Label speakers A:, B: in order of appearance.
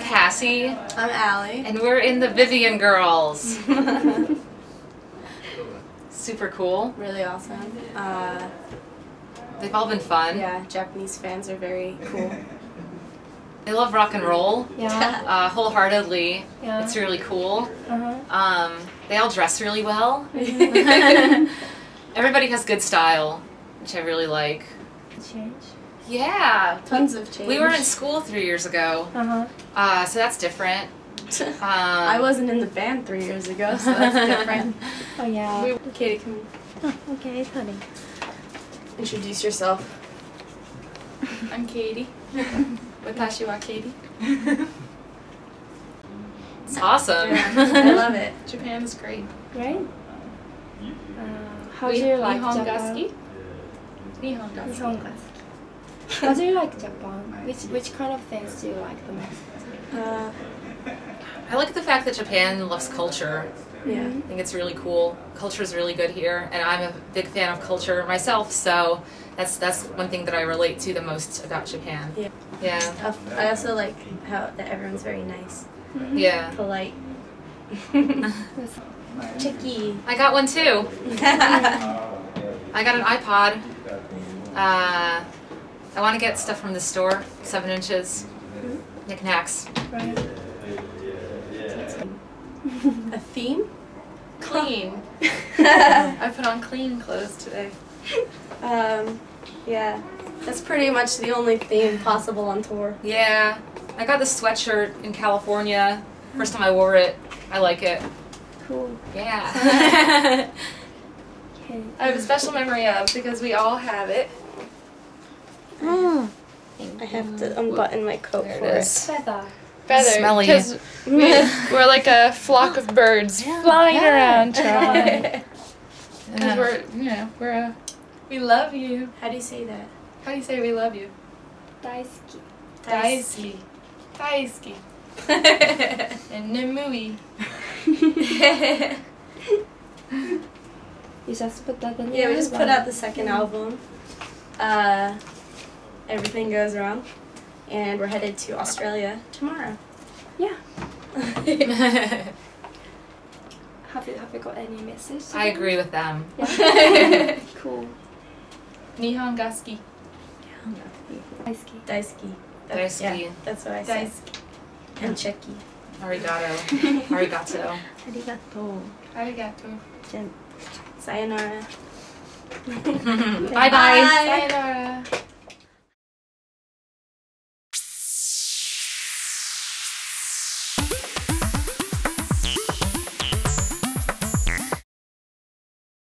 A: Cassie,
B: I'm Allie.
A: and we're in the Vivian Girls. Super cool.
B: really awesome. Uh,
A: They've all been fun.
B: yeah, Japanese fans are very cool.
A: They love rock and roll
C: Yeah.
A: uh, wholeheartedly.
C: Yeah.
A: It's really cool.
C: Uh-huh.
A: Um, they all dress really well.
B: Mhm.
A: Everybody has good style, which I really like.
C: Change.
A: Yeah.
B: Tons of change.
A: We were in school three years ago,
C: Uh-huh.
A: uh, so that's different. Um,
B: I wasn't in the band three years ago, so that's different.
C: Oh yeah.
B: we, Katie, can you
C: okay, honey.
B: introduce yourself?
D: I'm Katie. Watashi wa Katie.
A: It's awesome.
B: Yeah, I love it.
D: Japan is great.
C: Right? Uh, how do
D: Ni-
C: you like
D: Nihongaski?
C: Japan?
D: Nihongaski.
C: Nihongaski. How do you like Japan? Which which kind of things do you like the most?
B: Uh,
A: I like the fact that Japan loves culture.
B: yeah.
A: I think it's really cool. Culture is really good here, and I'm a big fan of culture myself. So that's that's one thing that I relate to the most about Japan.
B: Yeah.
A: Yeah.
B: I f- I also like how that everyone's very nice,
A: Yeah.
B: polite. Chicky.
A: I got one too. I got an iPod. Uh, I want to get stuff from the store. Seven inches.
E: Mm-hmm.
A: Knickknacks.
C: Right.
B: a theme?
D: Clean. I put on clean clothes today.
B: um, yeah. That's pretty much the only theme possible on tour.
A: Yeah. I got this sweatshirt in California. First time I wore it. I like it.
C: Cool.
A: Yeah.
C: Okay.
D: I have a special memory of because we all have it.
B: I have to unbutton my coat
A: There
B: for
A: it is.
C: Feather.
E: feather
A: Smelly.
E: because we're like a flock of birds flying around town
B: it.
E: because we're you know we're a
D: We love you.
B: How do you say that?
D: How do you say we love you?
C: Daisuki.
D: Daisuke. Daisuke. And Nemui.
C: You just put that in
B: Yeah, we
C: your
B: just put
C: album.
B: out the second album. Uh, everything goes wrong, and we're headed to Australia tomorrow.
C: Yeah.
A: I
C: Have you have you got any message?
A: agree with them.
C: Yeah. cool.
D: Nihongaski.
C: Daisuki.
B: Daisuke.
A: Daisuke.
B: Yeah, that's what I said.
D: Daisuke.
B: And Checky.
A: Arigato. Arigato.
B: Arigato.
D: Arigato.
B: Sayonara.
A: Bye bye.
D: Sayonara.